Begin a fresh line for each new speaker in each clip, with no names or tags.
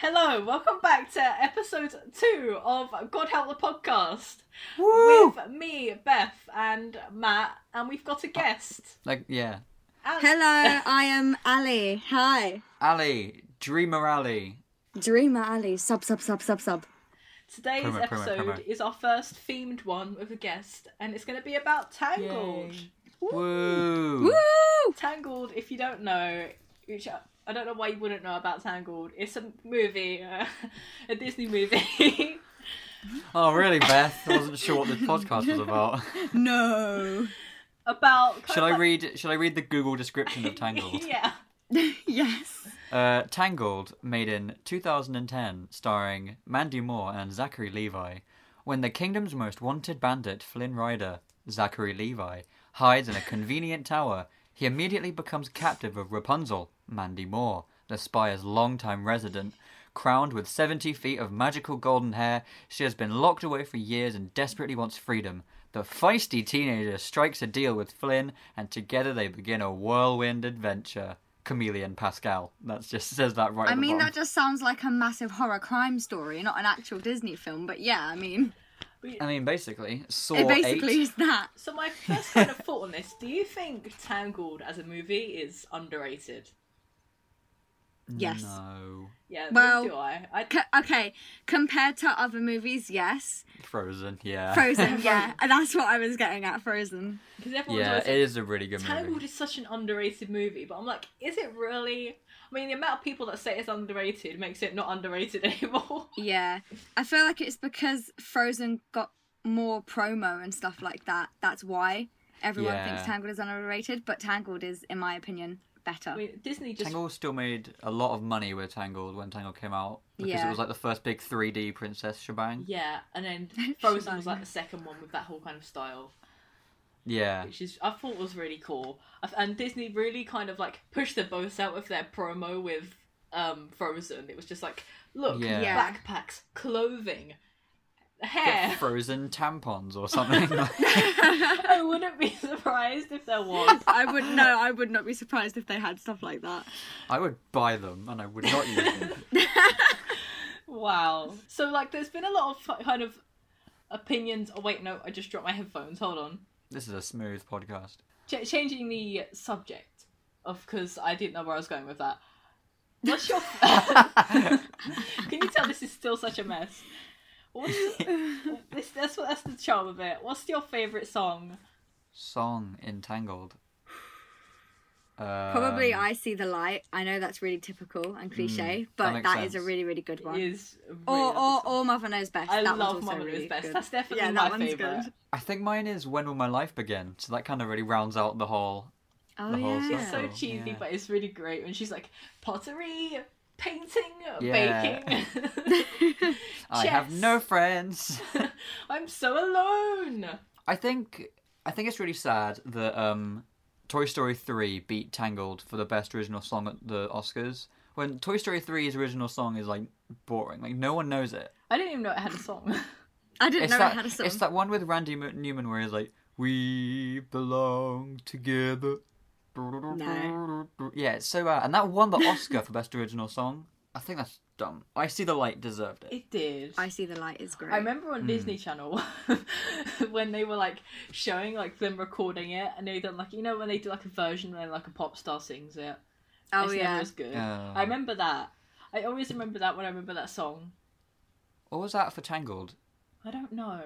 Hello, welcome back to episode two of God Help the Podcast
Woo!
with me, Beth, and Matt, and we've got a guest.
Like, yeah.
And-
Hello, I am Ali. Hi.
Ali, Dreamer Ali.
Dreamer Ali. Sub, sub, sub, sub, sub.
Today's
Promo, promo,
episode
promo.
is our first themed one with a guest, and it's going to be about Tangled.
Woo!
Woo!
Tangled, if you don't know, which I- I don't know why you wouldn't know about Tangled, it's a movie, uh, a Disney movie.
Oh, really, Beth? I wasn't sure what this podcast was about.
No.
about. kind
Shall
of
I
like-
read? Shall I read the Google description of Tangled?
yeah.
yes.
Uh, Tangled, made in 2010, starring Mandy Moore and Zachary Levi. When the kingdom's most wanted bandit, Flynn Rider, Zachary Levi, hides in a convenient tower, he immediately becomes captive of Rapunzel, Mandy Moore, the spire's longtime resident. Crowned with 70 feet of magical golden hair, she has been locked away for years and desperately wants freedom. The feisty teenager strikes a deal with Flynn, and together they begin a whirlwind adventure. Chameleon Pascal. That just says that right.
I
at the
mean,
bottom.
that just sounds like a massive horror crime story, not an actual Disney film, but yeah, I mean,
I mean, basically, Saw
it basically
8.
is that.
So my first kind of thought on this: Do you think Tangled as a movie is underrated?
Yes.
No.
Yeah,
Well,
do I? I
C- okay, compared to other movies, yes.
Frozen, yeah.
Frozen, yeah. And that's what I was getting at, Frozen.
because everyone
Yeah,
always
it is a really good
Tangled
movie.
is such an underrated movie, but I'm like, is it really? I mean, the amount of people that say it's underrated makes it not underrated anymore.
Yeah. I feel like it's because Frozen got more promo and stuff like that. That's why everyone
Yeah.
thinks Tangled is underrated, but Tangled is, in my opinion, better.
I mean, Disney just
Tangled still made a lot of money with Tangled when Tangled came out because it
Yeah.
was like the first big 3D princess shebang.
yeah, and then
Shut
Frozen was
up.
like the second one with that whole kind of style,
Yeah.
which is I thought was really cool. I- And Disney really kind of like pushed them both out with their promo with um Frozen. It was just like, look,
Yeah.
Yeah.
backpacks, clothing, hair.
Get frozen tampons or something.
I wouldn't be surprised if there was.
I would no, I would not be surprised if they had stuff like that.
I would buy them and I would not use them.
Wow. So like, there's been a lot of kind of opinions. Oh wait, no, I just dropped my headphones. Hold on.
This is a smooth podcast.
Ch- changing the subject, of because I didn't know where I was going with that. What's your? Can you tell this is still such a mess? What's... this, that's what that's the charm of it. What's your favorite song?
Song Entangled.
Probably
Um, Mm,
I see the light. I know that's really typical and cliche,
that
but
makes
that is
sense.
a really really good one.
Is really
Or,
lovely
or,
song.
or Mother Knows Best.
I
oh, that
love
one's
Mama
also
Knows
really
Best.
Good.
That's definitely
yeah,
my
that one's
favorite.
good.
I think mine is When Will My Life Begin? So that kind of really rounds out the whole.
Oh
The whole
yeah.
It's so
Oh,
cheesy,
yeah.
but it's really great. When she's like pottery, painting,
Yeah.
baking.
I have
Chess.
no friends.
I'm so alone.
I think I think it's really sad that um, Toy Story three beat Tangled for the best original song at the Oscars. When Toy Story 3's original song is like boring, like no one knows it.
I didn't even know it had a song.
I didn't
It's
know
that
it had a song.
it's that one with Randy M- Newman where he's like, "We belong together."
No.
Yeah, it's so bad. And that won the Oscar for best original song. I think that's dumb. I see the light deserved it.
it did.
I see the light is great.
I remember on
Hmm.
Disney Channel when they were like showing like them recording it, and they done like you know when they do like a version where like a pop star sings it.
oh
it's
yeah.
never as good.
Oh.
I remember that. I always remember that when I remember that song.
What was that for Tangled?
I don't know.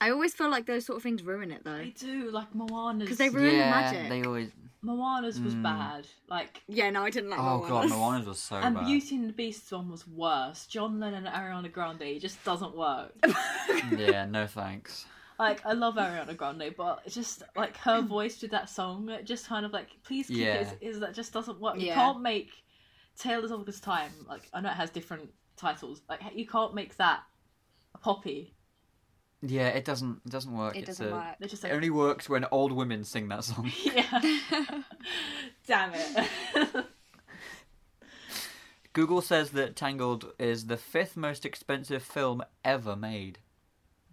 I always feel like those sort of things ruin it though.
They do like Moana's.
'Cause they Ruined
yeah,
Magic.
they always.
Moana's was
Mm.
bad. Like
Yeah, no, I didn't like.
Oh
Moana.
god, Moana's was so
and
bad.
Beauty and the Beast one was worse. John Lennon and Ariana Grande it just doesn't work.
yeah, no thanks.
like I love Ariana Grande, but it's just like her voice with that song, it just kind of like please keep
Yeah.
it. Is that just doesn't work? You
Yeah.
can't make Taylor's of this time. Like I know it has different titles. Like you can't make that a poppy.
Yeah, it doesn't it doesn't work.
It
It's a-
doesn't work.
They're just
It
like
only works when old women sing that song.
yeah. Damn it.
Google says that Tangled is the fifth most expensive film ever made.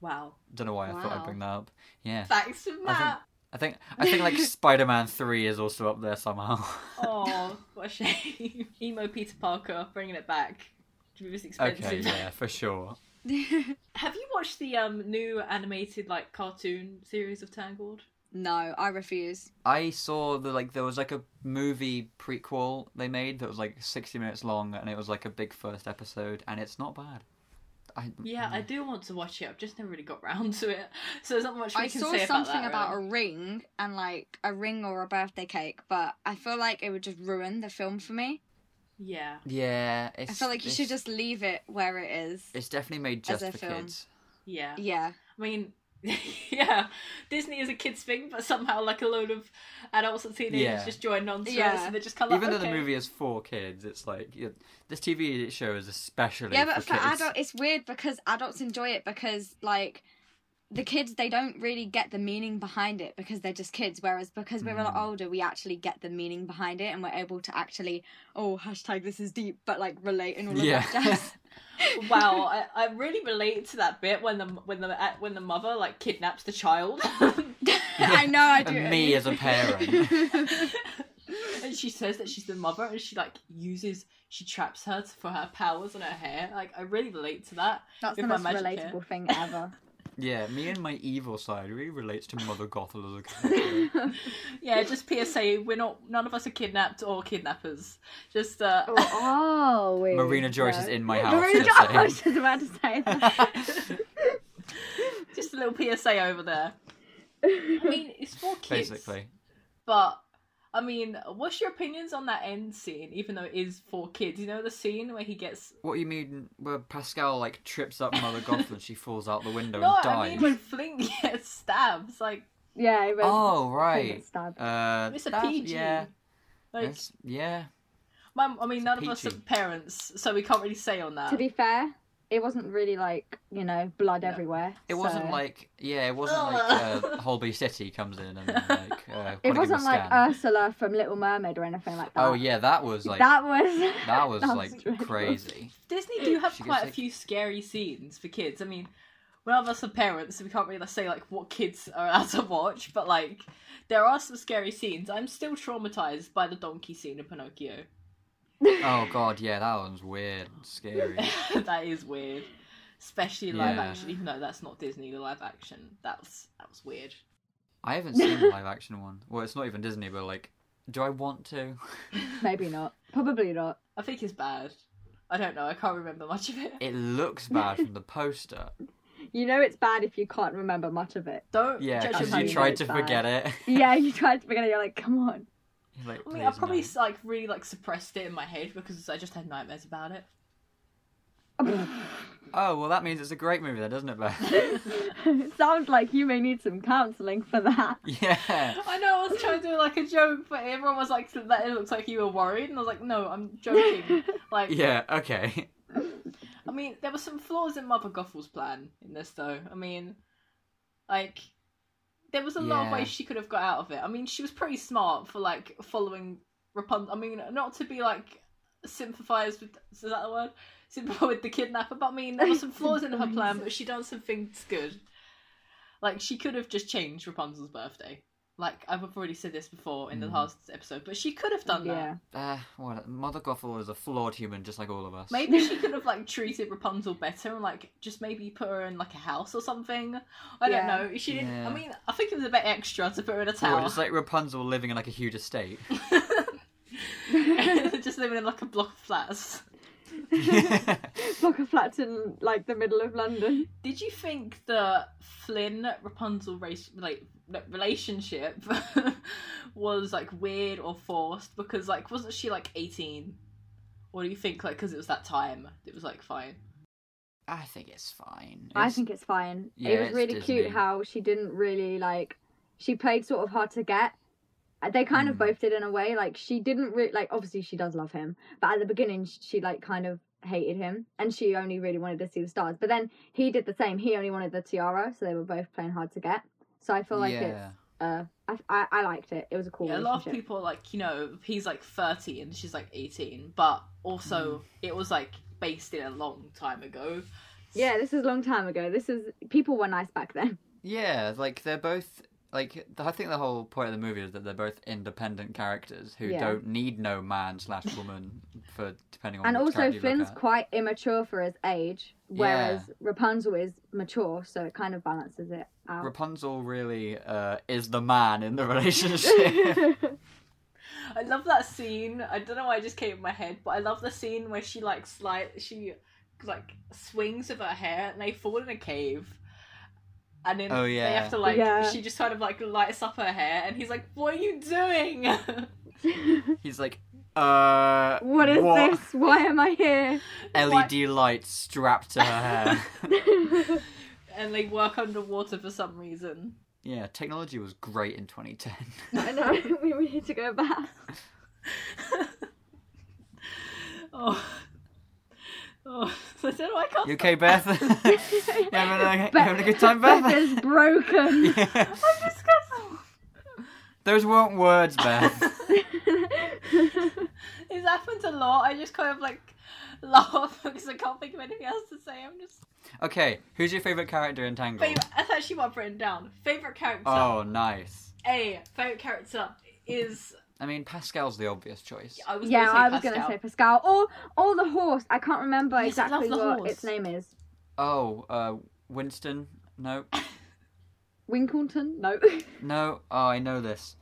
wow.
Don't know why I thought I'd
Wow.
bring that up. Yeah.
Thanks for
I
that.
think- I think I think like Spider Man Three is also up there somehow.
Oh, what a shame. Emo Peter Parker bringing it back. It was expensive.
okay, yeah, for sure.
Have you watched the um new animated like cartoon series of Tangled?
no, I refuse.
I saw the like there was like a movie prequel they made that was like sixty minutes long, and it was like a big first episode, and it's not bad. I,
Yeah, I do want to watch it. I've just never really got round to it, so there's not much we
I
can
saw
say
something
about that.
about
really.
a ring and like a ring or a birthday cake, but I feel like it would just ruin the film for me.
Yeah,
yeah.
I
It's,
feel like you
it's-
should just leave it where it is.
It's definitely made
as
just
a
for
film.
kids.
yeah.
Yeah.
I mean, yeah, Disney is a kids thing, but somehow like a load of adults and teenagers
Yeah.
just join on to it,
Yeah.
so they're just kind of
Even
like,
though the
"Okay."
movie is for kids, it's like yeah, this TV show is especially
Yeah, but for,
kids.
adult, it's weird because adults enjoy it because like the kids they don't really get the meaning behind it because they're just kids. Whereas because we're a lot
Mm.
older, we actually get the meaning behind it and we're able to actually oh hashtag this is deep, but like relate and all of
Yeah.
that jazz.
Wow, I, I really relate to that bit when the when the when the mother like kidnaps the child,
I know I do.
And me as a parent.
and she says that she's the mother, and she like uses she traps her for her powers and her hair. Like I really relate to that.
That's
With my
the most
magic hair.
relatable thing ever.
yeah, me and my evil side really relates to Mother Gothel as a character.
Yeah, just PSA, we're not none of us are kidnapped or kidnappers. Just uh,
oh, wait.
Marina Joyce is in my house.
Marina
just
Joyce.
saying.
I was just about to say that.
just a little PSA over there. I mean, it's for kids.
Basically,
But I mean, what's your opinions on that end scene? Even though it is for kids, you know the scene where he gets
what you mean? Where Pascal like trips up Mother Gothel and she falls out the window
no,
and
I
dies.
mean when Flink gets stabs. Like
yeah, I read
oh right.
stabbed.
Uh,
it's a
that-
PG.
Yeah.
Like,
that's- yeah.
my, I mean, none of us
PG.
are parents, so we can't really say on that.
to be fair, it wasn't really like you know blood
No.
everywhere.
It wasn't
so-
like yeah, it wasn't
Ugh.
like uh, Holby City comes in and like uh,
It
wanna give him a
wasn't like
scan.
Ursula from Little Mermaid or anything like that.
oh yeah, that was like that,
that was
was like
dreadful.
crazy.
Disney do have
She gets,
quite a
like-
few scary scenes for kids. I mean, none of us are parents, so we can't really say like what kids are allowed to watch. But like, there are some scary scenes. I'm still traumatized by the donkey scene in Pinocchio.
Oh god, yeah, that one's weird, and scary.
that is weird, especially live
Yeah.
action. Even though that's not Disney, the live action that was that was weird.
I haven't seen the live action one. Well, it's not even Disney, but like, do I want to?
Maybe not. Probably not.
I think it's bad. I don't know. I can't remember much of it.
It looks bad from the poster.
You know it's bad if you can't remember much of it.
Don't
Yeah,
judge a
because
man
you
by
tried
its
to
bad.
forget it.
Yeah, you tried to forget it. You're like, come on.
You're like,
I mean, I
"Please,
probably
no."
like really like suppressed it in my head because I just had nightmares about it.
Oh well, that means it's a great movie, then, doesn't it, Beth?
Sounds like you may need some counselling for that.
yeah.
I know I was trying to do like a joke, but everyone was like, "That it looks like you were worried," and I was like, "No, I'm joking." Like,
Yeah. Okay.
I mean, there were some flaws in Mother Gothel's plan in this, though. I mean, like, there was a lot of
Yeah.
ways she could have got out of it. I mean, she was pretty smart for like following Rapunzel. I mean, not to be like sympathized with is that the word? Sympathize with the kidnapper, but I mean, there were some flaws in her plan, but she done some things good. Like, she could have just changed Rapunzel's birthday. Like I've already said this before in the
Mm.
last episode, but she could have done that.
yeah.
Uh, what? Mother Gothel is a flawed human, just like all of us.
Maybe she could have like treated Rapunzel better and like just maybe put her in like a house or something. I don't
Yeah.
know. She didn't.
Yeah.
I mean, I think it was a bit extra to put her in a
Or
tower.
just like Rapunzel living in like a huge estate.
just... living in like a block of flats.
Block of flats in like the middle of London.
Did you think the Flynn Rapunzel race like re- relationship was like weird or forced? Because like wasn't she like eighteen? Or do you think like because it was that time it was like fine?
I think it's fine.
I
It's-
think it's fine.
Yeah,
it was
it's
really
Disney.
cute how she didn't really like. She played sort of hard to get. Uh, They kind of
Mm.
both did in a way. Like she didn't really like. Obviously, she does love him, but at the beginning, sh- she like kind of hated him, and she only really wanted to see the stars. But then he did the same. He only wanted the tiara, so they were both playing hard to get. So I feel like
yeah.
it's. Uh, I, I I liked it. It was a cool.
Yeah, a lot
relationship.
of people like you know he's like 30 and she's like 18 but also
Hmm.
it was like based in a long time ago
Yeah, this is a long time ago. This is people were nice back then.
Yeah, like they're both like th- I think the whole point of the movie is that they're both independent characters who
Yeah.
don't need no man slash woman for depending on
and
which
also
character you look
Flynn's
at.
quite immature for his age, whereas Rapunzel is mature, so it kind of balances it out.
Rapunzel really uh, is the man in the relationship.
I love that scene. I don't know why it just came in my head, but I love the scene where she like slide she like swings with her hair and they fall in a cave. And then
Oh,
they
yeah.
have to like
Yeah.
she just kind of like lights up her hair and he's like, What are you doing?
He's like, uh,
what is this? Why am I here?
LED lights strapped to her hair.
and they work underwater for some reason.
yeah, technology was great in 2010.
I know we we need to go back.
Oh, oh. I don't know, I can't
You
stop-
okay, Beth? you having a, you having a good time,
Beth
Beth?
is broken.
Yeah.
I'm just gonna-
Those weren't words, Beth.
It's happened a lot. I just kind of like laugh because I can't think of anything else to say. I'm just.
Okay, who's your favourite character in Tangled?
Favorite, that's actually what I've written down. Favorite character.
Oh, nice.
A favorite character is
I mean, Pascal's the obvious choice.
I was
yeah,
gonna say
I was going to
Pascal.
say Pascal or or the horse. I can't remember
Yes, I love
exactly
the
what
horse.
its name is.
Oh, uh, Winston? No,
Winkleton? No,
no. Oh, I know this.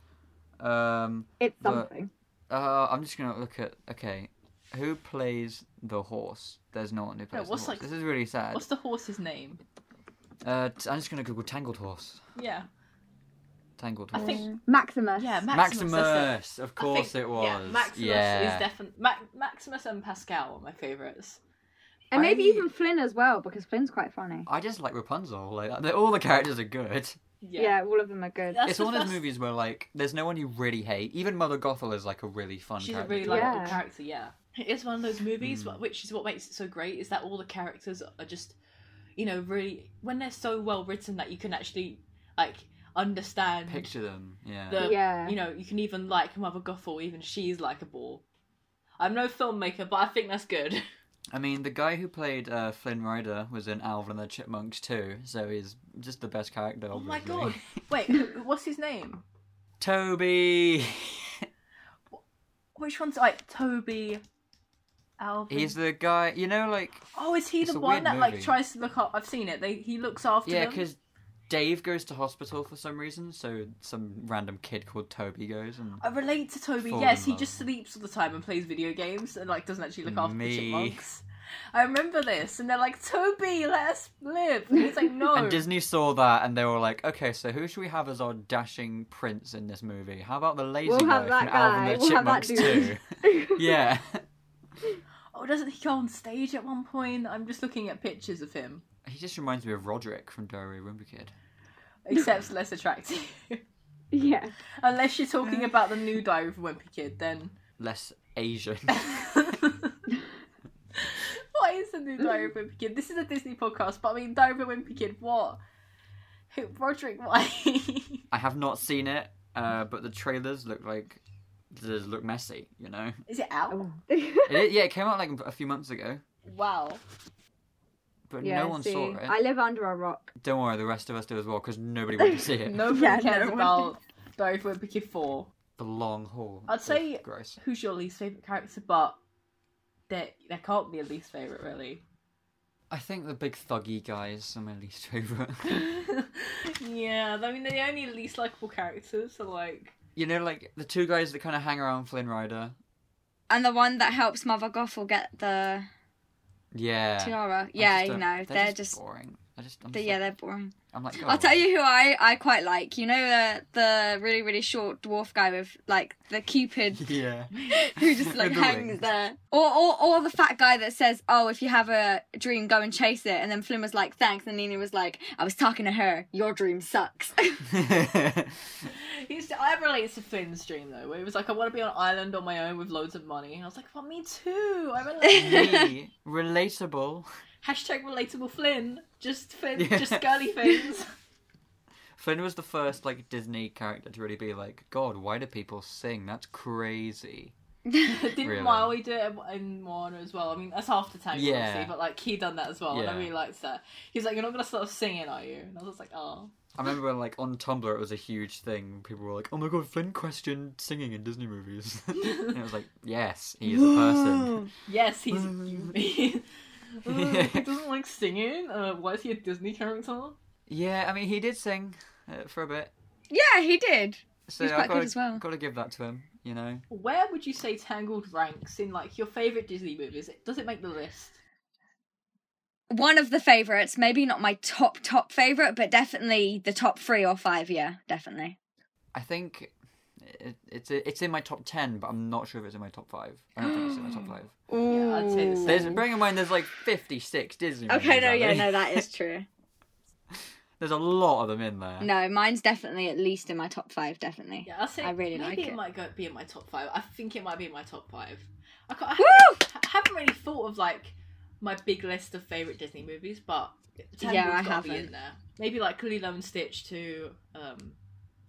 Um,
it's
But-
something.
uh, I'm just gonna look at. Okay, who plays the horse? There's no one who plays
what's
the
like-
horse. This is really sad.
What's the horse's name?
Uh, t- I'm just gonna Google Tangled Horse.
Yeah,
Tangled
I
Horse.
Mm.
think-
Maximus.
yeah, Maximus.
Maximus,
that's it.
of
I
course
think-
it was.
Yeah, Maximus
Yeah.
is definitely Ma- Maximus and Pascal are my favorites.
and maybe
I-
even Flynn as well because Flynn's quite funny.
I just like Rapunzel. Like they- all the characters are good.
Yeah,
Yeah, all of them are good.
That's
it's
the
one of
first-
those movies where like there's no one you really hate. Even Mother Gothel is like a really fun
She's a
character.
really
to
like-
likable
Yeah.
character, yeah. It is one of those movies,
Mm.
which is what makes it so great, is that all the characters are just, you know, really when they're so well written that you can actually like understand.
Picture them. Yeah.
The-
yeah.
You know, you can even like Mother Gothel, even she's likable. I'm no filmmaker, but I think that's good.
I mean, the guy who played uh, Flynn Rider was in Alvin and the Chipmunks too, so he's just the best character.
Oh my
obviously.
god! Wait, who- what's his name?
Toby.
Which one's like Toby? Alvin.
he's the guy. You know, like
oh, is he
it's
the
a
one
weird
that like
movie.
tries to look up? I've seen it. They he looks after
yeah,
them.
because Dave goes to hospital for some reason, so some random kid called Toby goes and.
I relate to Toby.
Fall
yes,
in
he
love.
just sleeps all the time and plays video games and like doesn't actually look after
Me.
the chipmunks. I remember this, and they're like, "Toby, let us live." And he's like, "No."
And Disney saw that and they were like, okay, so who should we have as our dashing prince in this movie? How about the lazy
We'll
guy
have
from
that
Alvin and the
guy. We'll have that
Chipmunks
dude.
2? yeah.
oh, doesn't he go on stage at one point? I'm just looking at pictures of him,
He just reminds me of Roderick from Diary of a Wimpy Kid.
except less attractive.
yeah.
Unless you're talking about the new Diary of a Wimpy Kid, then.
Less Asian.
what is the new Diary of a Wimpy Kid? This is a Disney podcast, but I mean, Diary of a Wimpy Kid, what? Who, Roderick, why?
I have not seen it, uh, but the trailers look like they look messy, you know?
is it out?
Oh.
It, is- yeah, it came out like a few months ago,
Wow.
but
Yeah,
no one
see,
saw it.
I live under a rock.
Don't worry, the rest of us do as well because nobody wanted to see it.
Nobody
Yeah,
cares
no one
about Diary of a Wimpy Kid 4.
The long haul.
I'd
Ugh,
say-
Gross.
Who's your least favourite character? But there, there can't be a least favourite, really.
I think the big thuggy guys are my least favourite.
yeah, I mean, the only least likable characters are like.
you know, like the two guys that kind of hang around Flynn Rider.
And the one that helps Mother Gothel get the
Yeah. I'm
tiara. Yeah,
just
you
a-
know, they're,
they're
just,
boring. I just, I'm
they-
just
yeah,
like-
they're boring.
I'm like,
I'll
"Oh."
tell you who I, I quite like. You know the the really really short dwarf guy with like the cupid
Yeah.
who just like
With the
hangs
wings.
there, or, or or the fat guy that says, "Oh, if you have a dream, go and chase it." And then Flynn was like, "Thanks," and Nina was like, "I was talking to her. Your dream sucks."
He's, I relate to Finn's dream though, where he was like, I want to be on an island on my own with loads of money. And I was like, well, me too. I relate.
Me, relatable.
Hashtag relatable Flynn. Just Finn,
Yeah.
just girly things.
Flynn was the first like Disney character to really be like, God, why do people sing? That's crazy.
Didn't
Really?
Miley do it in Moana as well? I mean, that's half the time,
Yeah.
obviously, but like he done that as well, and I
Yeah.
really liked that. He was like, "You're not gonna stop singing, are you?" And I was just like, "Oh,
I remember when, like, on Tumblr, it was a huge thing. People were like, "Oh my god, Flynn questioned singing in Disney movies," and it was like, "Yes, he is a person."
yes, he's." he doesn't like singing. Uh, why is he a Disney character?
yeah, I mean, he did sing uh, for a bit,
Yeah, he did.
so
He's
I
quite
gotta,
good as well.
gotta give that to him. You know,
Where would you say Tangled ranks in like your favorite Disney movies? Does it make the list?
One of the favorites, maybe not my top top favorite, but definitely the top three or five. Yeah, definitely.
I think it, it's it's in my top ten, but I'm not sure if it's in my top five. I don't think it's in my top five.
Yeah, I'd say the
Ooh.
same.
There's, bearing in mind, there's like 56 Disney.
Okay,
movies
no,
out
yeah,
there.
no, that is true.
There's a lot of them in there.
No, mine's definitely at least in my top five. Definitely.
Yeah, I'll say
I really
maybe
like
it,
it.
might go, be in my top five. I think it might be in my top five. I, can't, I
Woo!
haven't- I haven't really thought of like my big list of favorite Disney movies, but Tangled's
Yeah, I
gotta be
haven't.
in there. Maybe like Lilo and Stitch to um,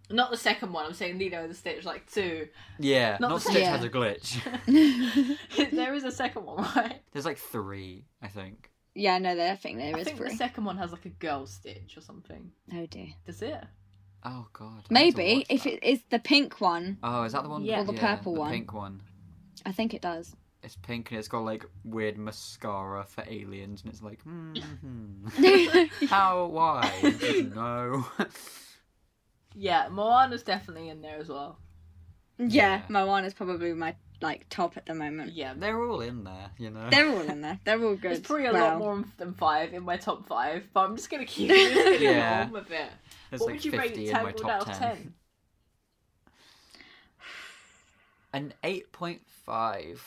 not the second one. I'm saying Lilo and Stitch like two.
Yeah,
Not
not,
the
Stitch
same.
has a glitch.
there is a second one, right?
There's like three, I think.
Yeah, no, there- I think there
I
is
think the
three.
second one has like a girl Stitch or something.
Oh dear.
Does it?
Oh god. I have to
Maybe
watch
if
that.
it is the pink one,
Oh, is that the one?
Yeah. Or
the purple
the
one.
Pink one.
I think it does.
It's pink and it's got like weird mascara for aliens, and it's like, hmm, how, why? no.
Yeah, Moana's definitely in there as well.
Yeah,
Yeah.
Moana's probably my like top at the moment.
Yeah,
They're all in there, you know.
They're all in there. They're all good.
There's probably a
Well,
lot more than five in my top five, but I'm just gonna keep I'm just gonna
Yeah.
roll with it.
There's
what
like
would you
50
rate
in my
Tangled
top
out of
10.
ten?
An 8.5.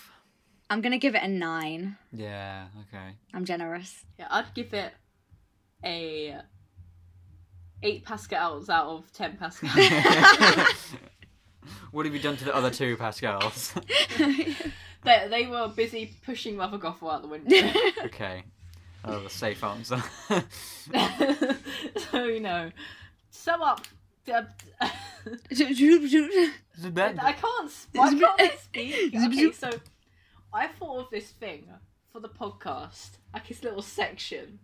I'm gonna give it a nine.
Yeah, okay.
I'm generous.
Yeah, I'd give it a eight Pascals out of ten Pascals.
What have you done to the other two Pascals?
they, they were busy pushing Mother Gothel out the window.
okay. That was a safe answer.
so you know, sum up. uh,
yeah,
I can't. sp- Why can't I speak? Okay, so I thought of this thing for the podcast, like this little section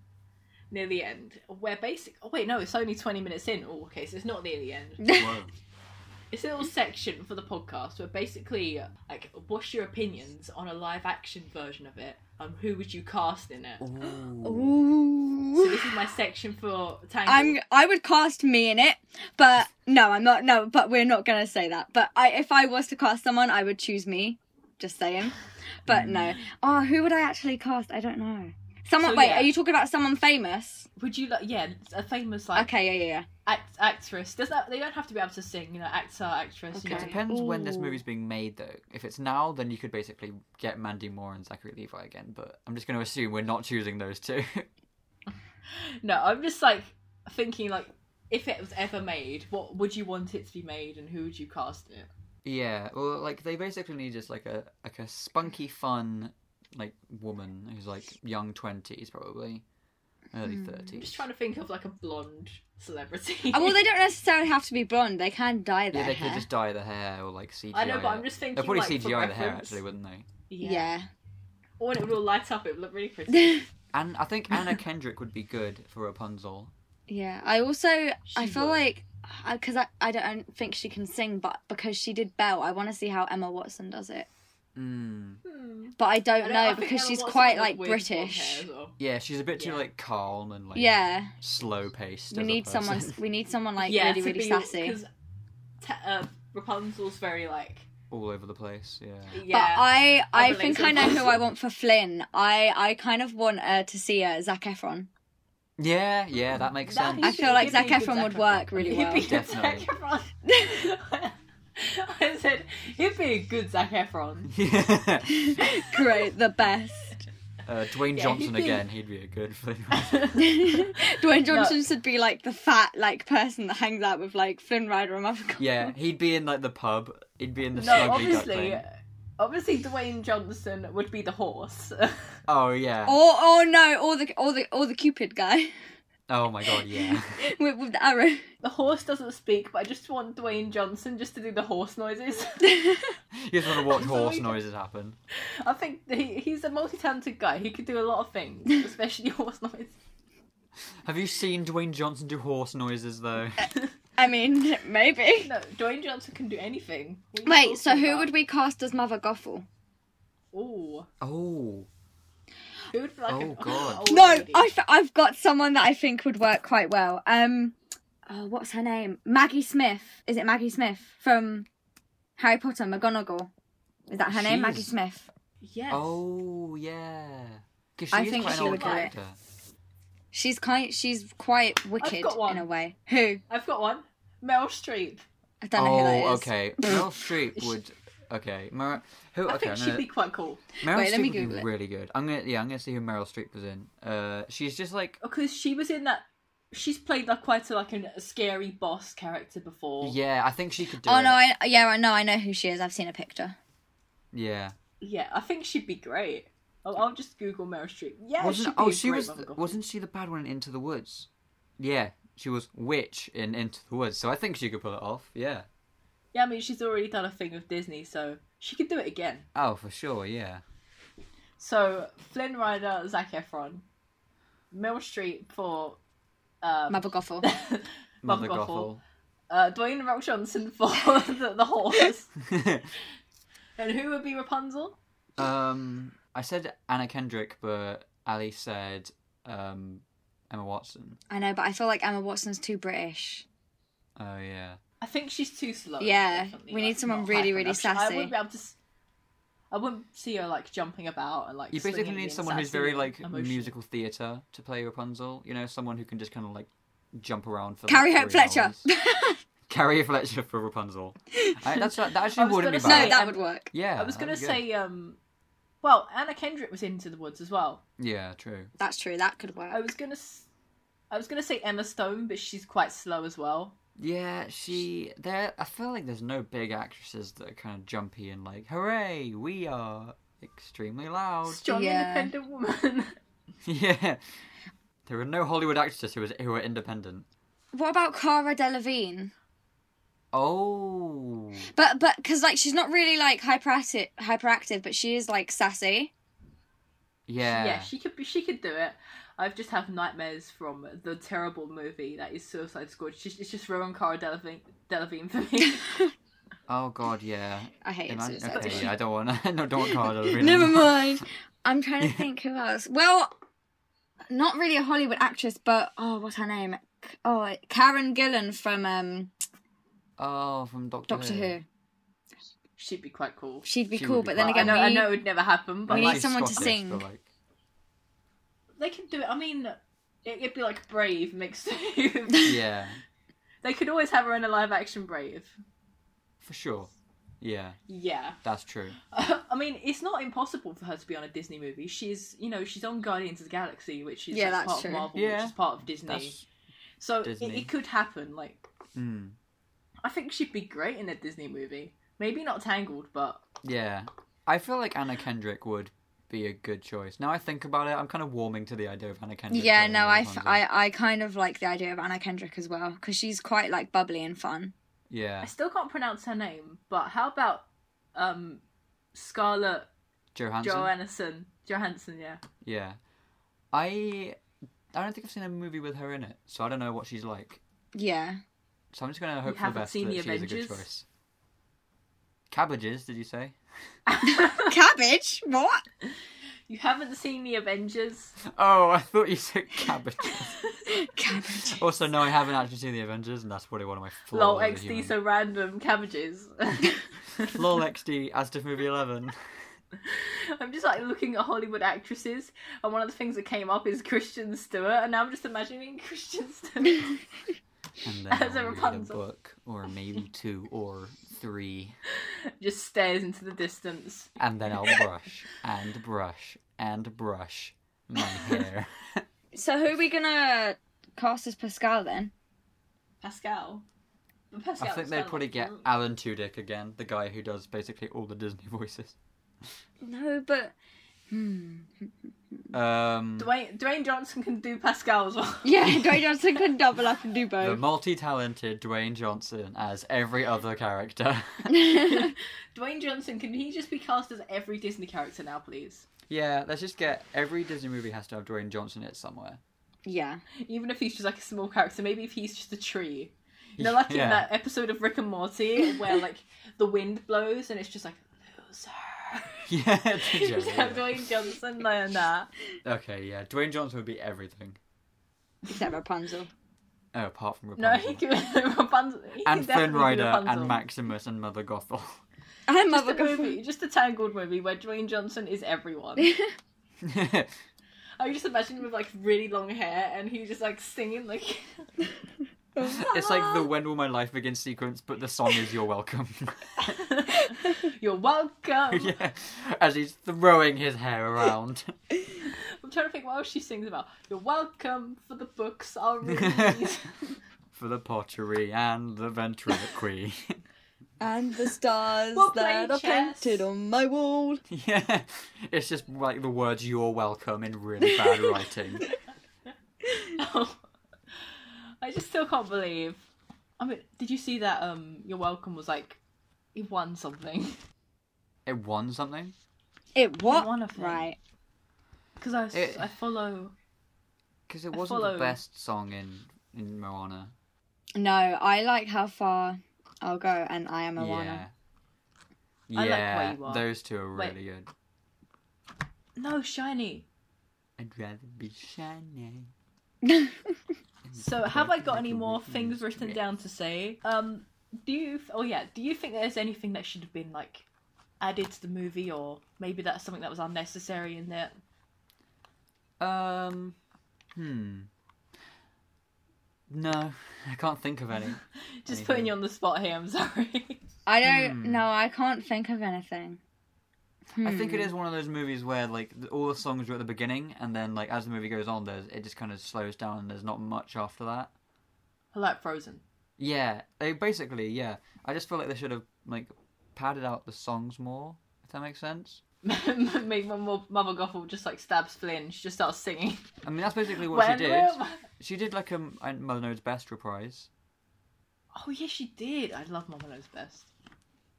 near the end, where basic. Oh wait, no, it's only twenty minutes in. Oh, okay, so it's not near the end.
Whoa.
It's a little section for the podcast where basically, like, what's your opinions on a live action version of it? Um, who would you cast in it?
Ooh.
So
Ooh.
this is my section for
I'm.
Tangled.
I would cast me in it, but no, I'm not. No, but we're not gonna say that. But I, if I was to cast someone, I would choose me. Just saying. But no. Oh, who would I actually cast? I don't know. Someone.
Hmm. So,
wait,
yeah.
are you talking about someone famous?
Would you like? Yeah, a famous like
Okay. Yeah. Yeah. Yeah.
act- actress. Does that? They don't have to be able to sing. You know, actor, actress. You
Okay.
know.
Depends when this
Ooh.
movie's being made, though. If it's now, then you could basically get Mandy Moore and Zachary Levi again, but I'm just going to assume we're not choosing those two.
No, I'm just like thinking like if it was ever made, what would you want it to be made, and who would you cast in it?
yeah, well, like, they basically need just, like, a like a spunky, fun, like, woman who's, like, young 20s, probably. Early
I'm
30s.
Hmm. just trying to think of like a blonde celebrity.
Oh, well, they don't necessarily have to be blonde. They can dye their
Yeah, they
hair.
could just dye the hair or, like, CGI
I know, but
it.
I'm just thinking.
They'll probably
like, for
CGI the hair,
reference.
actually, wouldn't they?
yeah.
Or when it would all light up, it would look really pretty.
Yeah.
And I think Anna Kendrick would be good for Rapunzel.
I also I
She
feel
would.
like because I, I don't think she can sing, but because she did Belle, I want to see how Emma Watson does it.
Mm.
Hmm.
But I
I
don't
don't-
know
I think
because
Emma
she's
Watson
quite
would
like
look weird with blonde
British.
hair as well.
Yeah, she's a bit too
Yeah.
like calm and like
Yeah,
slow paced.
we need someone. We need someone like
yeah,
really
to
really
be-
sassy.
'cause Ta- uh, Rapunzel's very like
all over the place. Yeah.
yeah.
But I
I
I think I
relate
know
to
who
that.
I want for Flynn. I I kind of want uh, to see uh, Zac Efron.
Yeah, yeah, that makes
That'd
sense.
be
I feel like
It'd be
Zac
a good
Efron would
Zac
work
He'd
really
be
well.
a Zac
Definitely.
Efron. I said he'd be a good Zac Efron.
Yeah.
Great, the best.
uh, Dwayne
Yeah,
Johnson
he'd be-
again. He'd be a good. Flynn.
Dwayne Johnson should be like the fat like person that hangs out with like Flynn Rider and Mother
yeah, he'd be in like the pub. He'd be in the
no,
Snuggly
obviously,
Duckling.
obviously Dwayne Johnson would be the horse.
Oh yeah.
Or oh no, or the or the or the Cupid guy.
Oh my god, yeah.
with, with the arrow.
The horse doesn't speak, but I just want Dwayne Johnson just to do the horse noises.
you just want to watch horse
Sorry.
noises happen.
I think he, he's a multi-talented guy. He could do a lot of things, especially horse noises.
Have you seen Dwayne Johnson do horse noises though?
Uh, I mean, maybe.
No, Dwayne Johnson can do anything.
Wait, so who would we cast as Mother Gothel?
Oh,
Oh,
who would be like?
Oh,
an
God.
old
No,
lady?
I've, I've got someone that I think would work quite well. Um, oh, what's her name? Maggie Smith. Is it Maggie Smith from Harry Potter? McGonagall. Is that her name? Maggie
She's-
Smith.
Yes.
oh yeah. 'Cause
I
is
think
quite an
she
old
would do it.
character.
She's kind. She's quite wicked
got one.
in a way. Who?
I've got one. Meryl Streep.
I don't know who that is.
oh, okay. Meryl Streep would. Okay, Mer- who?
I
Okay,
think
I'm
she'd
gonna,
be quite cool
Meryl
Wait,
Streep
let me
would be
Google it.
really good. I'm gonna, yeah, I'm gonna see who Meryl Streep was in. Uh, she's just like,
because she was in that. She's played like quite a, like an, a scary boss character before.
yeah, I think she could do
Oh
it.
no, I yeah, I know, I know who she is. I've seen a picture.
yeah.
Yeah, I think she'd be great. I'll, I'll just Google Meryl Streep. Yeah, she'd
wasn't
be
oh
a
she
great
was
Mother Gothel.
wasn't she the bad one in Into the Woods? Yeah, she was witch in Into the Woods, so I think she could pull it off. Yeah.
Yeah, I mean she's already done a thing with Disney, so she could do it again.
Oh, for sure. Yeah.
So Flynn Rider, Zac Efron, Meryl Streep for um,
Mother Gothel.
Mother Gothel, uh, Dwayne Rock Johnson for the, the horse, and who would be Rapunzel?
um, I said Anna Kendrick, but Ali said um Emma Watson.
I know, but I feel like Emma Watson's too British.
Oh yeah.
I think she's too slow.
Yeah,
definitely,
we need
like,
someone
not
really,
hyper
really
enough. She- I
sassy.
wouldn't be able to. s- I wouldn't see her like jumping about and like.
You basically
swinging
need
and
someone who's
sassy
very
and
like
emotional.
musical theatre to play Rapunzel. You know, someone who can just kind of like jump around for.
Carrie
like,
Hope
three
Fletcher.
hours. Carrie Fletcher for Rapunzel. I, that's that
I
actually
was
wouldn't be
gonna
bad.
No,
Right.
that would work.
Yeah.
I was
that'd
gonna
be good.
say, um, well, Anna Kendrick was into the woods as well.
Yeah, true.
That's true. That could
I
work.
was gonna, s- I was gonna say Emma Stone, but she's quite slow as well.
Yeah, she there. I feel like there's no big actresses that are kind of jumpy and like, hooray, we are extremely loud.
Strong,
Yeah.
independent woman.
yeah, there are no Hollywood actresses who is who are independent.
What about Cara Delevingne?
Oh,
But but because like she's not really like hyperactive, hyperactive, but she is like sassy.
yeah,
Yeah, she could be. She could do it. I've just have nightmares from the terrible movie that is Suicide Squad. It's just, it's just Rowan Cara Delevingne, Delevingne for me.
oh god, yeah.
I hate
Imagine-
Suicide
okay,
Squad.
yeah, I don't want. I don't want Cara Delevingne.
Never mind. I'm trying to think who else. Well, not really a Hollywood actress, but oh, what's her name? K- Oh, Karen Gillan from um,
Oh, from Doctor,
Doctor Who.
She'd be quite cool.
She'd be
She would
cool,
be
but then
quite-
I
again,
know,
we
I
need-
know it would never happen, but
we need
like
She's
someone to
Scottish,
sing.
but, like,
they can do it. I mean, it, it'd be like Brave mixed. with-
yeah,
they could always have her in a live action Brave.
for sure. Yeah,
Yeah.
that's true.
I mean, it's not impossible for her to be on a Disney movie. She's, you know, she's on Guardians of the Galaxy, which is
Yeah,
like,
that's
part
true.
of Marvel,
Yeah.
which is part of Disney.
That's.
so It,
Disney.
it could happen. Like,
Mm,
I think she'd be great in a Disney movie. Maybe not Tangled, but
Yeah. I feel like Anna Kendrick would be a good choice. Now I think about it, I'm kind of warming to the idea of Anna Kendrick.
Yeah,
playing
no, I, f-
Rapunzel.
I, I kind of like the idea of Anna Kendrick as well because she's quite like bubbly and fun.
I
Yeah.
still can't pronounce her name. But how about um, Scarlett
Johansson.
Johansson? Johansson, yeah.
Yeah. I I don't think I've seen a movie with her in it, so I don't know what she's like.
Yeah.
So I'm just gonna hope for the
haven't
best
seen
that
The
she is a good
Avengers?
choice. Cabbages, did you say?
Cabbage? What?
You haven't seen the Avengers?
Oh, I thought you said cabbages.
Cabbage.
also, no, I haven't actually seen The Avengers, and that's probably one of my flaws.
Lol,
as a
XD,
human.
so random cabbages.
Lol XD, as to movie 11.
I'm just like looking at Hollywood actresses, and one of the things that came up is Christian Stewart, and now I'm just imagining Christian Stewart.
And then
As a
I'll read
Rapunzel.
book, or maybe two, or three.
just stares into the distance.
and then I'll brush and brush and brush my hair.
So who are we gonna cast as Pascal then?
Pascal. But
I
Pascal
think
Pascal-
they'd probably get Alan Tudyk again, the guy who does basically all the Disney voices.
No, but hmm.
Um,
Dwayne Dwayne Johnson can do Pascal as well.
Yeah, Dwayne Johnson could double up and do
the
both.
multi-talented Dwayne Johnson as every other character.
Dwayne Johnson can he just be cast as every Disney character now, please?
yeah, let's just get every Disney movie has to have Dwayne Johnson in it somewhere.
yeah.
Even if he's just like a small character, maybe if he's just a tree. You know, like
Yeah.
in that episode of Rick and Morty where like the wind blows and it's just like loser.
Yeah, it's a joke,
Yeah,
yeah.
Dwayne Johnson learn that.
Okay, yeah, Dwayne Johnson would be everything.
Except Rapunzel.
Oh, apart from
No,
Rapunzel.
he can Rapunzel. He can
and Flynn
definitely be
Rider and
Rapunzel.
Maximus and Mother Gothel.
Just
I'm Mother
a
Gothel.
movie, just a tangled movie where Dwayne Johnson is everyone. I just imagine him with like really long hair and he's just like singing like
it's like the When Will My Life Begin sequence, but the song is You're Welcome.
You're welcome.
yeah, as he's throwing his hair around.
I'm trying to think what else she sings about. You're welcome for the books I'll read.
for the pottery and the ventriloquy.
And the stars
We'll play
that are
chess.
painted on my wall.
yeah, it's just like the words "You're welcome" in really bad writing.
I just still can't believe. I mean, did you see that? Um, You're welcome was like he won something
It won something.
It what?
One of them.
right.
because I, s-
It-
I follow.
Because it
I
wasn't the
follow.
best song in in Moana.
No, I like how far I'll go, and I am a
Yeah.
wanna.
I like Where
Yeah,
You Are.
those two are
Wait.
really good.
No, shiny.
I'd rather be shining. Mm-hmm.
So, have I got any more things written down to say? Um, do you? Oh yeah. Do you think there's anything that should have been like added to the movie, or maybe that's something that was unnecessary in it?
Um, hmm. No, I can't think of any.
Just putting
Anything.
you on the spot here. I'm sorry.
I don't.
Hmm.
No, I can't think of anything. Hmm.
I think it is one of those movies where like th- all the songs are at the beginning, and then like as the movie goes on, there's it just kind of slows down, and there's not much after that.
I like Frozen.
Yeah, they basically, yeah. I just feel like they should have like padded out the songs more, if that makes sense.
Make my mo- mother Gothel just like stabs Flynn. She just starts singing.
I mean, that's basically what
When
she did.
will-
She did like a M- a Mother Knows Best reprise.
Oh yeah, she did. I love Mama Knows Best.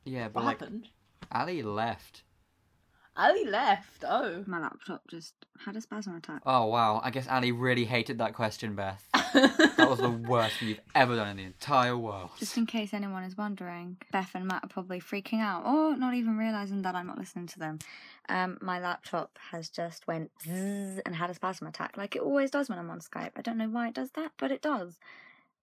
Yeah, but
What
like
happened?
Ali left.
Ali left. Oh.
My laptop just had a spasm attack.
Oh wow, I guess Ali really hated that question, Beth. That was the worst thing you've ever done in the entire world.
Just in case anyone is wondering, Beth and Matt are probably freaking out or not even realizing that I'm not listening to them. Um, my laptop has just went zzz and had a spasm attack, like it always does when I'm on Skype. I don't know why it does that, but it does.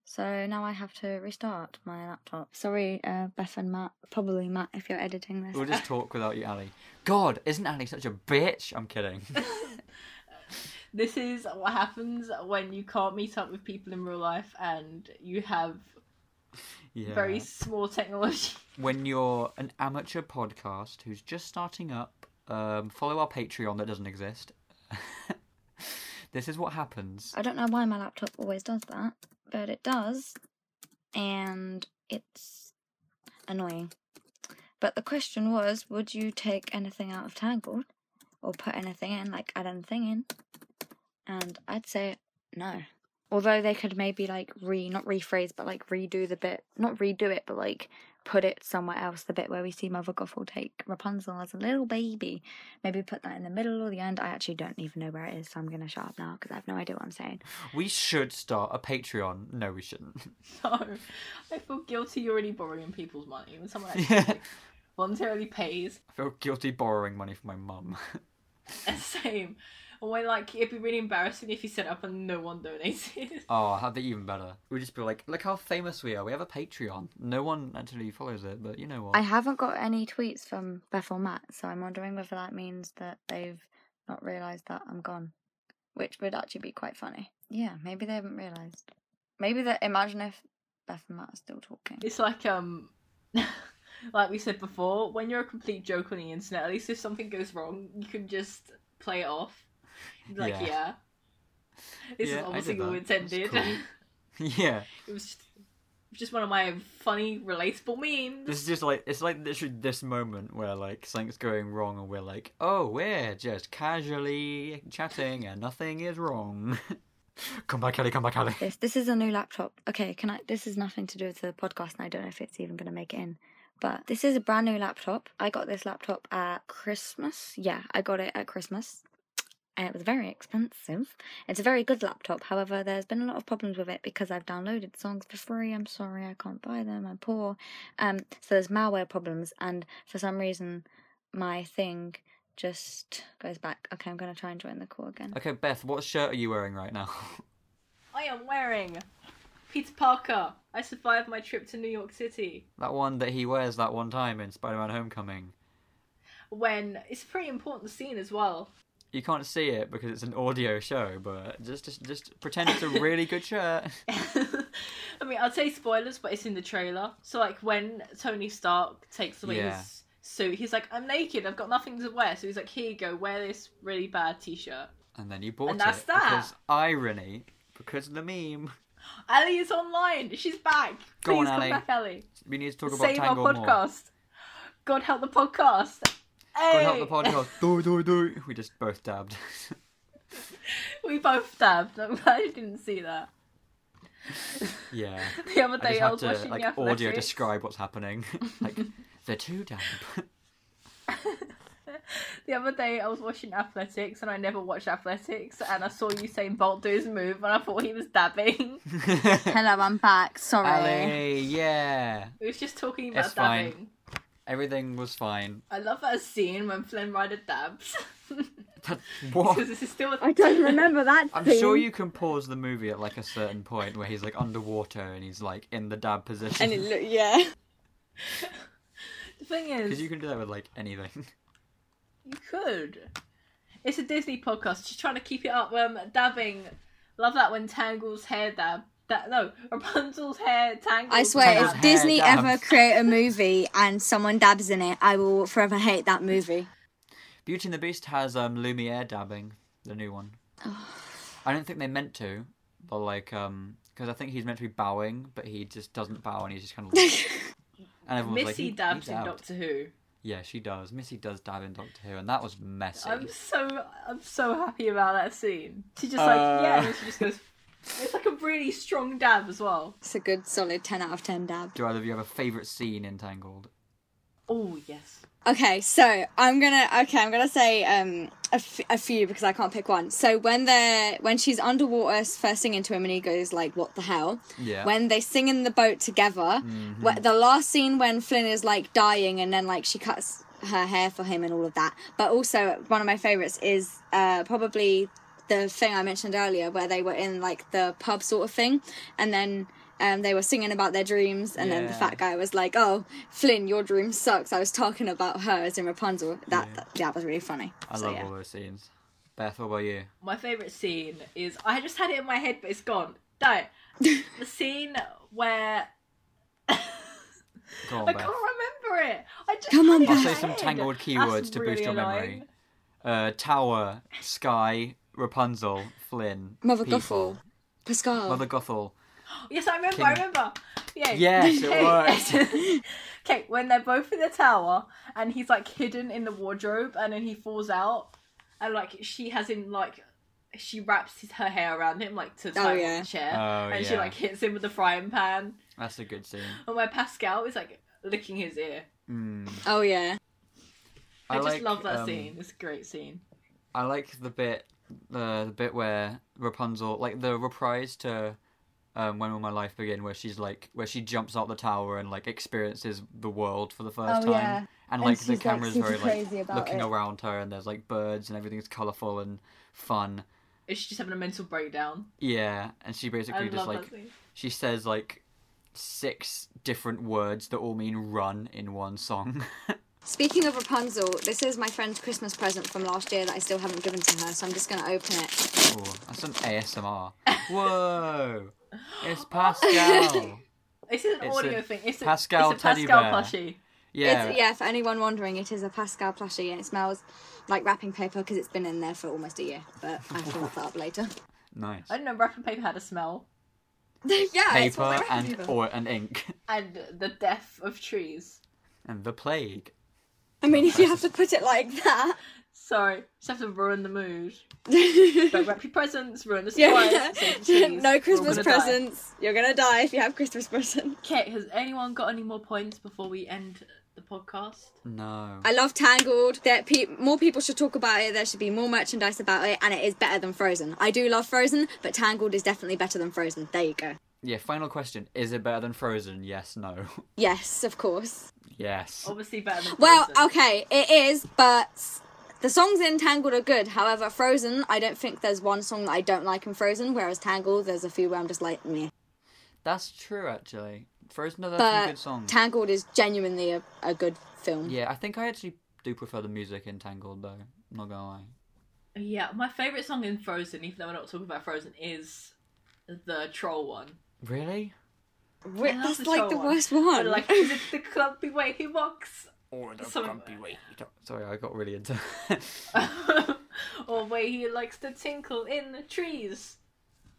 So now I have to restart my laptop. Sorry, uh, Beth and Matt. Probably Matt, if you're editing this.
We'll just talk without you, Ali. God, isn't Ali such a bitch? I'm kidding.
This is what happens when you can't meet up with people in real life and you have
Yeah.
very small technology.
When you're an amateur podcast who's just starting up, um, follow our Patreon that doesn't exist. this is what happens.
I don't know why my laptop always does that, but it does. And it's annoying. But the question was would you take anything out of Tangled or put anything in, like add anything in? And I'd say no. Although they could maybe like re, not rephrase, but like redo the bit, not redo it, but like put it somewhere else, the bit where we see Mother Gothel take Rapunzel as a little baby. Maybe put that in the middle or the end. I actually don't even know where it is, so I'm going to shut up now because I have no idea what I'm saying.
We should start a Patreon. No, we shouldn't.
No, I feel guilty. You're already borrowing people's money when someone actually
I
voluntarily pays.
feel guilty borrowing money from my mum.
Same. Or when like it'd be really embarrassing if you set up and no one donated.
Oh, that'd be even better. We'd just be like, look how famous we are. We have a Patreon. No one actually follows it, but you know what?
I haven't got any tweets from Beth or Matt, so I'm wondering whether that means that they've not realised that I'm gone, which would actually be quite funny. Yeah, maybe they haven't realised. Maybe that. Imagine if Beth and Matt are still talking.
It's like um, like we said before, when you're a complete joke on the internet, at least if something goes wrong, you can just play it off. You'd be Like
Yeah.
yeah, this
Yeah, I
is
did
obviously all
that. That's
intended.
cool. yeah.
it was just just one of my funny, relatable memes.
This is just like it's like literally this moment where like something's going wrong and we're like, oh, we're just casually chatting and nothing is wrong. come back, Ellie. Come back, Ellie.
This this is a new laptop. Okay, can I? This is nothing to do with the podcast, and I don't know if it's even going to make it in. But this is a brand new laptop. I got this laptop at Christmas. Yeah, I got it at Christmas. And it was very expensive. It's a very good laptop. However, there's been a lot of problems with it because I've downloaded songs for free. I'm sorry, I can't buy them. I'm poor. Um, so there's malware problems, and for some reason, my thing just goes back. Okay, I'm going to try and join the call again.
Okay, Beth, what shirt are you wearing right now?
I am wearing Peter Parker. I survived my trip to New York City.
that one that he wears that one time in Spider-Man: Homecoming.
When it's a pretty important scene as well.
You can't see it because it's an audio show, but just just, just pretend it's a really good shirt.
I mean, I'll say spoilers, but it's in the trailer. So, like, when Tony Stark takes away
Yeah.
his suit, he's like, I'm naked, I've got nothing to wear. So he's like, here you go, wear this really bad t shirt.
And then you bought
And that's
it
that.
because irony, because the meme.
Ali is online. She's back.
Go
Please
on,
come
Ali.
back, Ali.
We need to talk about
Save our
Tangle more. God
podcast. God help the podcast. Hey!
help the podcast. do do do. We just both dabbed.
We both dabbed. I'm glad you didn't see that.
yeah.
The other
I
day I,
just have
was
to
watching
like
the
audio
athletics.
describe what's happening. like the two dab.
The other day I was watching athletics and I never watched athletics and I saw Usain Bolt do his move and I thought he was dabbing.
Hello, I'm back. Sorry.
Ali, yeah.
We was just talking about
It's fine.
dabbing.
Everything was fine.
I love that scene when Flynn Rider dabs.
But
Because
what?
this is still.
I don't remember that.
I'm
scene.
sure you can pause the movie at like a certain point where he's like underwater and he's like in the dab
And it
position.
look, yeah.
The thing
Because
is,
you
you...
can do that with like anything.
could. It's a Disney podcast. She's trying to keep it up. Um, dabbing. Love that when Tangle's hair dab. That no, Rapunzel's hair tangles.
I swear,
Tangled
if
dab.
hair
Disney
dabs.
ever create a movie and someone dabs in it, I will forever hate that movie.
Beauty and the Beast has um Lumiere dabbing, the new one. I don't think they meant to, but like um because I think he's meant to be bowing, but he just doesn't bow and he's just kind of like and everyone's like,
Missy
"He- he
dabs in
dabbed."
Doctor Who.
Yeah, she does. Missy does dab in Doctor Who and that was messy.
I'm so I'm so happy about that scene. She just like
Uh.
yeah, and she just goes. It's like a really strong dab as well.
It's a good, solid 10 out of 10 dab.
Do either of you have a favourite scene in Tangled?
Oh yes.
Okay, so I'm gonna, okay, I'm gonna say um, a, f- a few because I can't pick one. So when they're, when she's underwater first singing to him and he goes like, what the hell?
Yeah. Mm-hmm.
When they sing in the boat together, wh- the last scene when Flynn is like dying and then like she cuts her hair for him and all of that. But also one of my favorites is uh, probably the thing I mentioned earlier where they were in like the pub sort of thing, and then. Um, they were singing about their dreams, and then the
Yeah.
fat guy was like, "Oh, Flynn, your dream sucks." I was talking about her as in Rapunzel. That that, that was really funny.
I
so
love
yeah,
all those scenes. Beth, what about you?
My favorite scene is I just had it in my head, but it's gone. Don't. the scene where
Go on,
I
Beth.
can't remember it. I just
Come
had
on,
it in
I'll
my
say some
head.
tangled
That's
keywords to boost
really
your memory.
annoying.
Uh, tower, sky, Rapunzel, Flynn,
Mother
people.
Gothel, Oh. Pascal.
Mother Gothel.
Yes, I remember. I
King-
remember. Yeah.
Yes, it
worked. okay, when they're both in the tower and he's like hidden in the wardrobe, and then he falls out, and like she has him like she wraps his, her hair around him like to tie him
yeah.
the chair,
Oh,
and she
yeah.
like hits him with the frying pan,
That's a good scene.
and where Pascal is like licking his ear.
Mm.
oh yeah,
I, just
like,
love that
um,
scene. It's a great scene.
I like the bit, uh, the bit where Rapunzel, like the reprise to um, "When Will My Life Begin," where she's like, where she jumps out the tower and like experiences the world for the first
Oh,
time,
yeah.
and
And
like the
she's, like,
camera's
super
very
crazy
like
about
looking
it.
around her, and there's like birds and everything's colorful and fun.
Is she just having a mental breakdown?
Yeah, and she
I
basically
love
just like
that scene.
she says like six different words that all mean run in one song.
Speaking of Rapunzel, this is my friend's Christmas present from last year that I still haven't given to her, so I'm just going to open it.
Ooh, that's some ASMR. Whoa! It's Pascal!
It's an
It's
audio
a
thing. It's a
Pascal
it's a
teddy
Pascal
bear.
plushie.
Yeah.
It's, yeah, for anyone wondering, it is a Pascal plushie and it smells like wrapping paper because it's been in there for almost a year, but I can look that up later.
Nice.
Oh, I don't know. Wrapping paper had a smell.
yeah, it's what
paper
they're
and
after.
or and ink,
and the death of trees.
and the plague.
I mean, if you have to put it like that.
Sorry, just have to ruin the mood. Don't
yeah.
wrap your presents, ruin the surprise. save the trees, we're
no
all
Christmas
gonna die.
presents. You're gonna die if you have Christmas presents.
Okay, has anyone got any more points before we end the podcast?
No.
I love Tangled. That pe- more people should talk about it. There should be more merchandise about it, and it is better than Frozen. I do love Frozen, but Tangled is definitely better than Frozen. There you go.
Yeah. Final question: Is it better than Frozen? Yes. No.
Yes, of course.
yes.
Obviously better than
Well,
Frozen.
okay, it is, but the songs in Tangled are good. However, Frozen, I don't think there's one song that I don't like in Frozen, whereas Tangled, there's a few where I'm just like, meh.
That's true, actually. Frozen does have some
But
good songs.
Tangled is genuinely a, a good film.
yeah, I think I actually do prefer the music in Tangled, though. Not gonna lie.
Yeah, my favourite song in Frozen, even though we're not talking about Frozen, is the troll one.
Really?
Wh-
I love
That's
the
like
troll
the
one.
worst one.
But like, is it the clumpy way he walks?
Or the
Some- grumpy
way. Sorry, I got really into.
or way he likes to tinkle in the trees?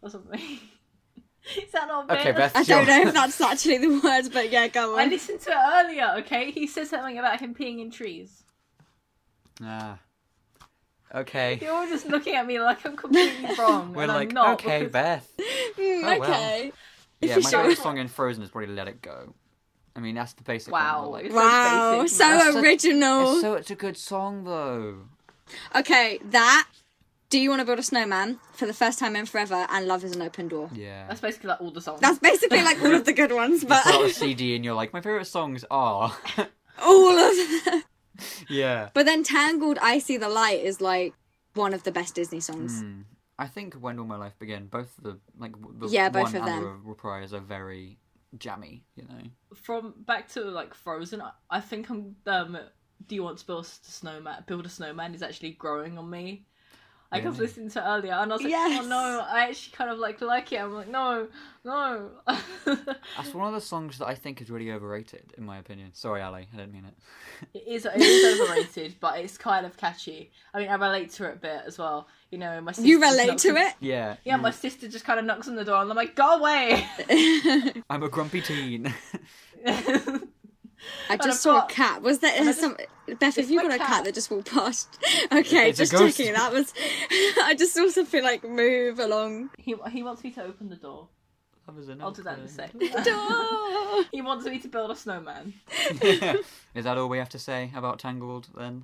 Or something. is that not
Okay,
better?
Beth,
I
Sure.
don't know if that's actually the words, but yeah, go
I
on.
listened to it earlier, okay? He says something about him peeing in trees.
ah. Okay.
You're all just looking at me like I'm completely wrong.
We're
and
like,
I'm not
okay,
because-
Beth.
Mm,
Oh, well.
okay.
Yeah,
you
my
sure?
favorite song in Frozen is probably "Let It Go." I mean, that's the basic
Wow. Oh.
one. but,
It's
Like,
so
Wow,
basic.
so
That's such-
original.
it's so it's a good song though.
okay, that. Do you want to build a snowman for the first time in forever? And love is an open door.
Yeah.
That's basically like all the songs.
That's basically like all of the good ones,
you put out a
but
CD and you're like, my favorite songs are.
all of them.
yeah.
But then Tangled, I See the Light is like one of the best Disney songs.
Hmm. I think "When Will My Life Begin." Both of the like w- the
Yeah, both
one
of
and the
them.
re- reprise are very jammy. You know.
From back to like Frozen, I, I think I'm. Um, do you want to build a snowman? Build a snowman is actually growing on me. Like I was
Really?
listening to it earlier, and I was like,
Yes.
"Oh no!" I actually kind of like like it. I'm like, "No, no."
That's one of the songs that I think is really overrated, in my opinion. Sorry, Ali, I didn't mean it.
it is it is overrated, but it's kind of catchy. I mean, I relate to it a bit as well. You know, my sister
You
just
relate
knocks
to
on-
it?
Yeah.
Yeah, my sister just kind of knocks on the door, and I'm like, "Go away!"
I'm a grumpy teen.
I
I've
just saw
got-
a cat. Was that
I
has
just-
some Beth, have
it's
you
my
got a cat.
cat.
that just walked past? Okay,
It's a
just
ghost.
checking. That was I just saw something like move along
he he wants me to open the door.
Love is an
I'll do that in a
airplane.
sec.
the door.
he wants me to build a snowman.
Is that all we have to say about Tangled then?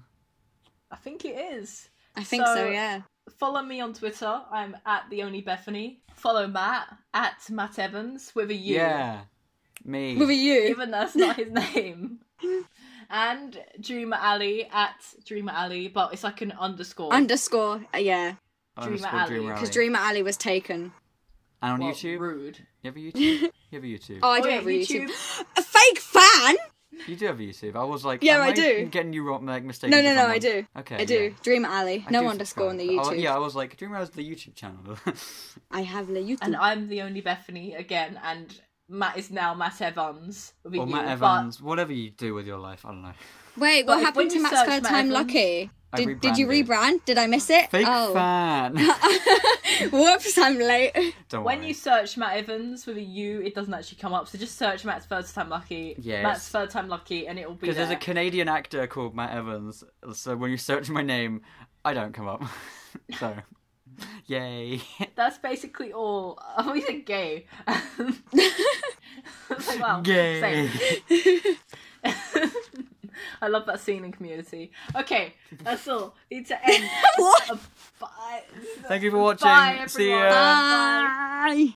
I think it is.
I think so,
So-
yeah.
Follow me on Twitter. I'm at the only Bethany. Follow Matt at Matt Evans with a U.
Yeah. Me.
With a you.
Even that's not his name. And Dreamer Alley at Dreamer Alley, but it's like an underscore.
Underscore uh, yeah.
Dreamer
Underscore Dreamer
Alley.
Because
Alley.
Dreamer Alley was taken.
And on
Well,
YouTube?
Rude.
You have a YouTube? You have a YouTube.
Oh I
Oh,
do
yeah,
have a YouTube.
YouTube.
A fake fan?
You do have a YouTube. I was like,
Yeah,
am
I do.
Getting you wrong, like mistakes.
No no no, I do.
Okay.
I do.
yeah.
Dreamer Alley.
I
no
do
underscore on the
subscribe. I wa-
YouTube.
yeah, I was like, Dreamer has the YouTube channel.
I have the YouTube.
And I'm the only Bethany again, and Matt is now Matt Evans with a
or
U,
Matt
but-
Evans, whatever you do with your life, I don't know.
Wait,
But if-
what
when
happened to
you
Matt's
search
Third
Matt
Time
Evans-
Lucky?
I
Did, did you
rebranded.
rebrand? Did I miss it?
Fake
oh.
fan.
Whoops, I'm late.
don't
When
worry.
you search Matt Evans with a U, it doesn't actually come up. So just search Matt's first time lucky.
Yes.
Matt's third time lucky, and it'll be
Because there's a
there.
Canadian actor called Matt Evans, so when you search my name, I don't come up. so, yay.
That's basically all. I always said gay. I was like, wow,
Gay.
same. I love that scene in Community. Okay, that's all. Need to end.
What?
Bye.
Thank you for watching.
Bye,
See ya.
everyone.
Bye.